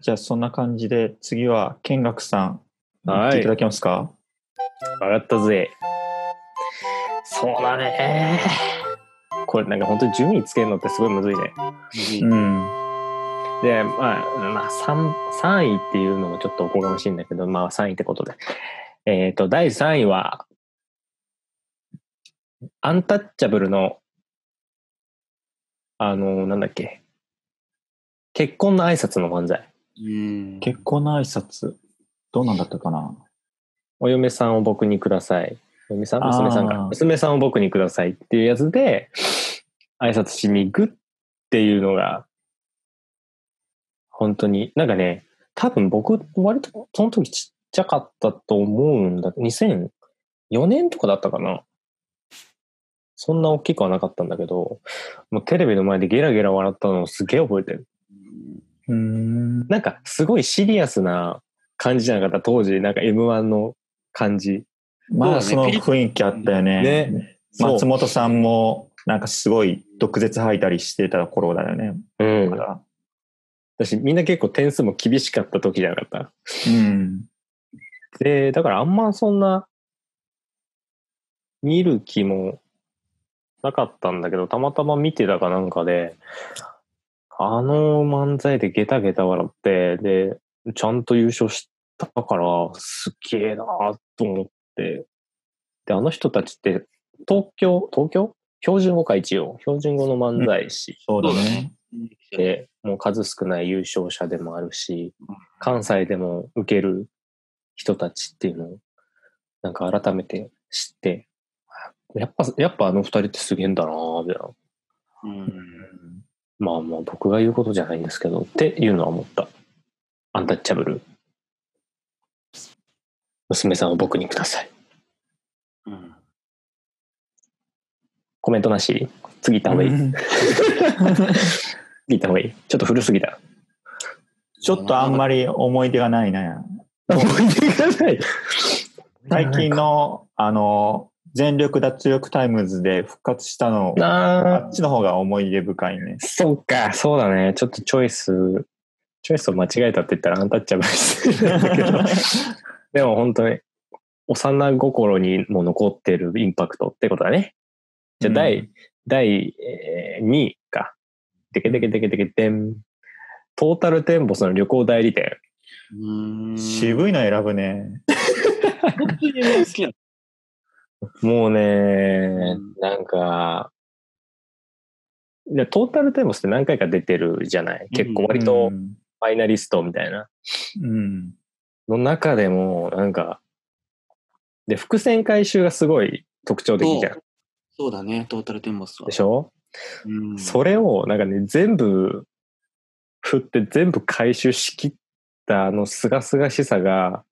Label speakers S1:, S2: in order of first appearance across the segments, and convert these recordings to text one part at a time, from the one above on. S1: じゃあそんな感じで次は見学さん行
S2: は
S1: って
S2: い
S1: いただけますか
S2: わかったぜ。そうだね。これなんか本当に順位つけるのってすごいむずいね。
S1: うん
S2: で、まあ、まあ、3, 三位っていうのもちょっとおこがましいんだけど、まあ3位ってことで。えっ、と、第3位は、アンタッチャブルの、あの、なんだっけ、結婚の挨拶の漫才。
S3: うん。
S1: 結婚の挨拶どうなんだったかな
S2: お嫁さんを僕にください。お嫁さん娘さん
S1: あ
S2: か
S1: ー。
S2: 娘さんを僕にくださいっていうやつで、挨拶しに行くっていうのが、本当に、なんかね、多分僕、割とその時ちっちゃかったと思うんだ。2004年とかだったかな。そんな大きくはなかったんだけど、もうテレビの前でゲラゲラ笑ったのをすげえ覚えてる。
S1: うーん
S2: なんかすごいシリアスな感じじゃなかった当時、なんか M1 の感じ。
S1: まあ
S3: そ
S1: そう
S3: だ
S1: の
S3: ね
S1: 雰囲気あったよね
S2: ね
S1: 松本さんもなんかすごい毒舌吐いたりしてた頃だよね
S2: うん
S1: だか。ら
S2: 私みんな結構点数も厳しかった時じゃなかった。
S1: うん
S2: で、だからあんまそんな、見る気もなかったんだけど、たまたま見てたかなんかで、あの漫才でゲタゲタ笑って、で、ちゃんと優勝したから、すっげえなと思って。で、あの人たちって、東京、東京標準語か一応。標準語の漫才師。
S1: そうだ
S3: そうだ
S1: ね
S3: ね
S2: で、もう数少ない優勝者でもあるし、関西でも受ける人たちっていうのを、なんか改めて知って、やっぱ、やっぱあの二人ってすげえんだなぁ、みたいな。
S3: うん。
S2: まあまあ僕が言うことじゃないんですけど、っていうのは思った。アンタッチャブル。娘さんを僕にください。
S3: うん。
S2: コメントなし次行った方がいい。
S1: うん
S2: 次行った方がいい。ちょっと古すぎた。
S1: ちょっとあんまり思い出がないな
S2: 覚えてください。
S1: 最近のあの全力脱力タイムズで復活したのあ
S2: なぁ
S1: っちの方が思い出深いね。
S2: そうか、そうだね。ちょっとチョイス、チョイスを間違えたって言ったらアンタッチャブルしてるんだけど でも本当に、幼心にも残ってるインパクトってことだね。じゃあ第、
S1: うん
S2: 第、え2位か。でけでけでけでけでん。トータルテンボスの旅行代理店。
S3: うん。
S1: 渋いの選ぶね。
S3: 本当に好きなの
S2: もうね
S3: うん、
S2: なんか、いやトータルテンボスって何回か出てるじゃない結構割と
S1: うん
S2: ファイナリストみたいな。
S1: うん。
S2: の中でも、なんか、で、伏線回収がすごい特徴的じゃん。
S3: そうだね、トータルテンボスは
S2: で。しょ、
S3: うん
S2: それを、なんかね、全部、振って全部回収しきったあの、すがすがしさが、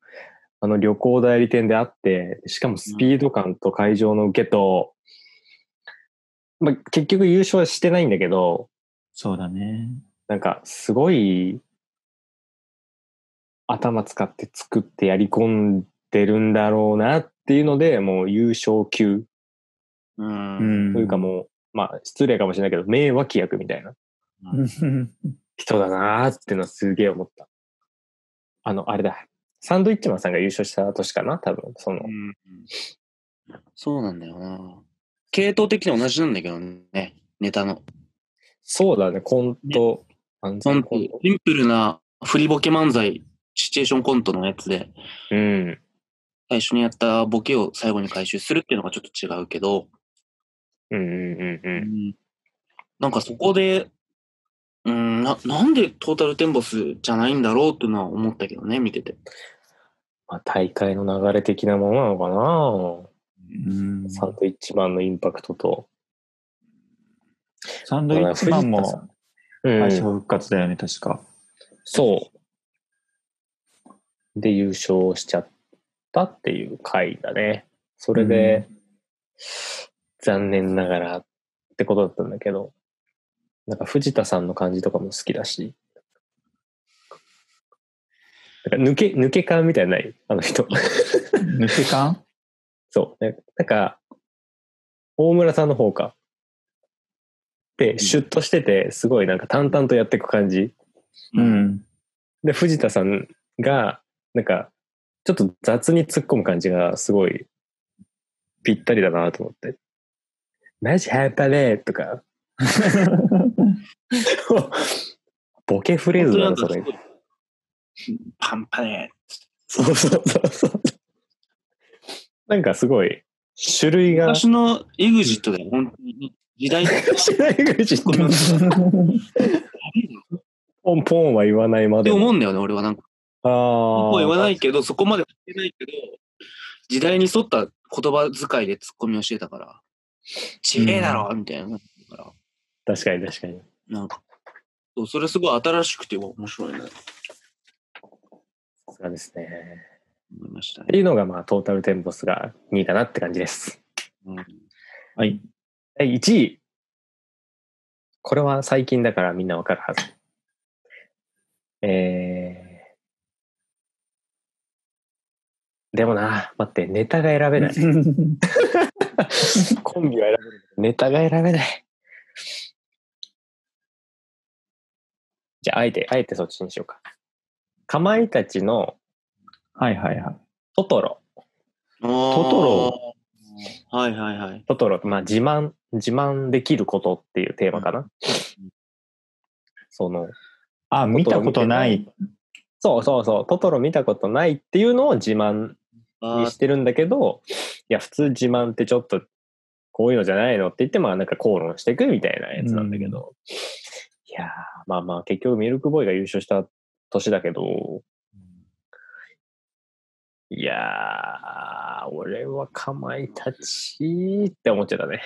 S2: あの旅行代理店であって、しかもスピード感と会場の受けと、まあ、結局優勝はしてないんだけど、
S1: そうだね。
S2: なんかすごい頭使って作ってやり込んでるんだろうなっていうのでもう優勝級
S1: う
S3: う。
S1: んん。
S2: というかもう、まあ失礼かもしれないけど名脇役みたいな
S1: うん。
S2: 人だなーっていうのはすげえ思ったあのあれだサンドイッチマンさんが優勝した年かな多分その
S3: うんそうなんだよな。系統的に同じなんだけどね、ネタの。
S2: そうだねコント漫
S3: ほ
S2: 才
S3: んと
S2: コント
S3: シンプルな振りボケ漫才、シチュエーションコントのやつで、
S2: うん
S3: 最初にやったボケを最後に回収するっていうのがちょっと違うけど、
S2: うんうんうんうん
S3: なんかそこで、うんな、なんでトータルテンボスじゃないんだろうっていうのは思ったけどね、見てて。
S2: まあ大会の流れ的なものなのかな
S1: うん
S2: サンドイッチマンのインパクトと、
S1: サンドイッチマン
S2: 藤田
S1: も
S2: うん
S1: 敗者復活だよね、確か。
S2: そう。で、優勝しちゃったっていう回だね。それで、残念ながらってことだったんだけど、なんか藤田さんの感じとかも好きだし、なんか抜け、抜け感みたいなのないあの人。
S1: 抜け感
S2: そう。ねなんか、大村さんの方か。で、シュッとしてて、すごいなんか淡々とやっていく感じ。
S1: うん。
S2: で、藤田さんが、なんか、ちょっと雑に突っ込む感じがすごいぴったりだなと思って。マジ半端ねえと か。ボケフレーズだな、それ。
S3: パンパネ。
S2: そうそうそうそう。なんかすごい、種類が。
S3: 昔のエグジットだよ、本当に。時代的に
S2: 知らない口
S3: ごめん悪いなっ
S2: ポンポンは言わないま
S3: て
S2: で
S3: 思
S2: も。
S3: うんだよね、俺はなんか。
S2: ああ。
S3: こう言わないけど、そこまで言ってないけど、時代に沿った言葉遣いでツッコミをしてたから、ちげえだろみたいな感じだから、
S2: 確かに確かに。
S3: なんか、そうそれすごい新しくて面白いなと
S2: そうですね。
S3: 思いました
S2: っ
S3: ね。
S2: ていうのが、まあ、トータルテンボスが2位かなって感じです。
S3: うん
S1: はい。
S2: 第1位。これは最近だからみんなわかるはず。えー。でもな、待って、ネタが選 べない。コンビは選べない。ネタが選べない。じゃあ、あえて、あえてそっちにしようか。かまいたちの
S1: はいはいはい。
S2: トトロ。
S3: ト
S1: ト
S3: ロはいはいはい。
S2: トトロ、まあ、自慢、自慢できることっていうテーマかな。その、
S1: あ、見たことない。
S2: そうそうそう、トトロ見たことないっていうのを自慢に
S3: あ
S2: してるんだけど、いや、普通自慢ってちょっと、こういうのじゃないのって言って、まあなんか口論していくみたいなやつなんだけど、いやー、まあまあ結局ミルクボーイが優勝した年だけど、いやー、俺はかまいたちって思っちゃったね。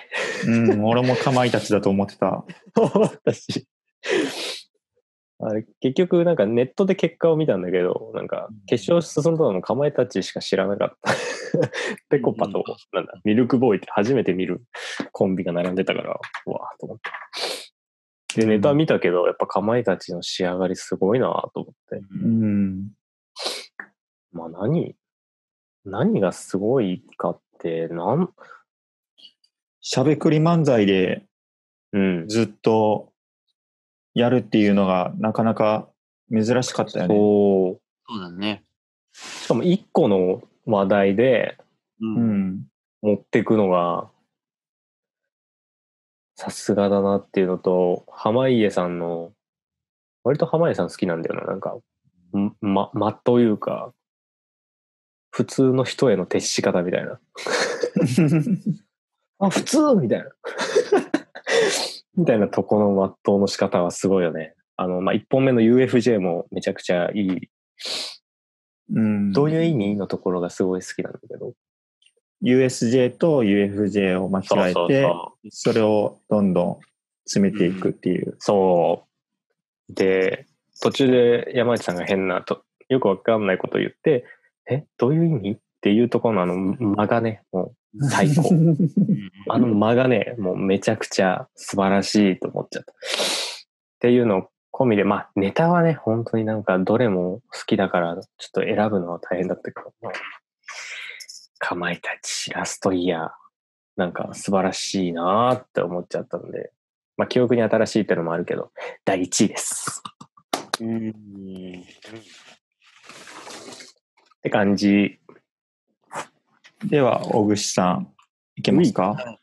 S1: うん、俺もかまいたちだと思ってた。
S2: 私。あれ結局、なんかネットで結果を見たんだけど、なんか決勝進んだのかまいたちしか知らなか った。ペコパと、なんだ、ミルクボーイって初めて見るコンビが並んでたから、うわーと思って。で、ネタ見たけど、やっぱかまいたちの仕上がりすごいなと思って。
S1: う
S3: ー
S1: ん。
S2: まあ何、何がすごいかって、なん、
S1: しゃべくり漫才で
S2: うん。
S1: ずっとやるっていうのがなかなか珍しかったよね。
S2: そう。
S3: そうだね。
S2: しかも一個の話題で、
S3: う。
S1: うんん。
S2: 持ってくのがさすがだなっていうのと濱家さんの割と濱家さん好きなんだよななんかんま間というか普通の人への徹し方みたいなあ普通みたいな みたいなとこのまっとうの仕方はすごいよねあの、まあ、1本目の UFJ もめちゃくちゃいい
S1: うん、
S2: どういう意味のところがすごい好きなんだけど
S1: USJ と UFJ を間違えてそれをどんどん詰めていくっていう、
S2: そう。で、途中で山内さんが変なと、よくわかんないことを言って、え、どういう意味っていうところのあの間がね、もう 最高。
S3: うん
S2: あの間がね、もうめちゃくちゃ素晴らしいと思っちゃった。っていうの込みで、まあネタはね、本当になんかどれも好きだから、ちょっと選ぶのは大変だったけど、もうかまいたちラストイヤー、なんか素晴らしいなーって思っちゃったんで、まあ記憶に新しいってのもあるけど、第1位です。
S3: うん
S2: って感じ。
S1: では小串さんいけますか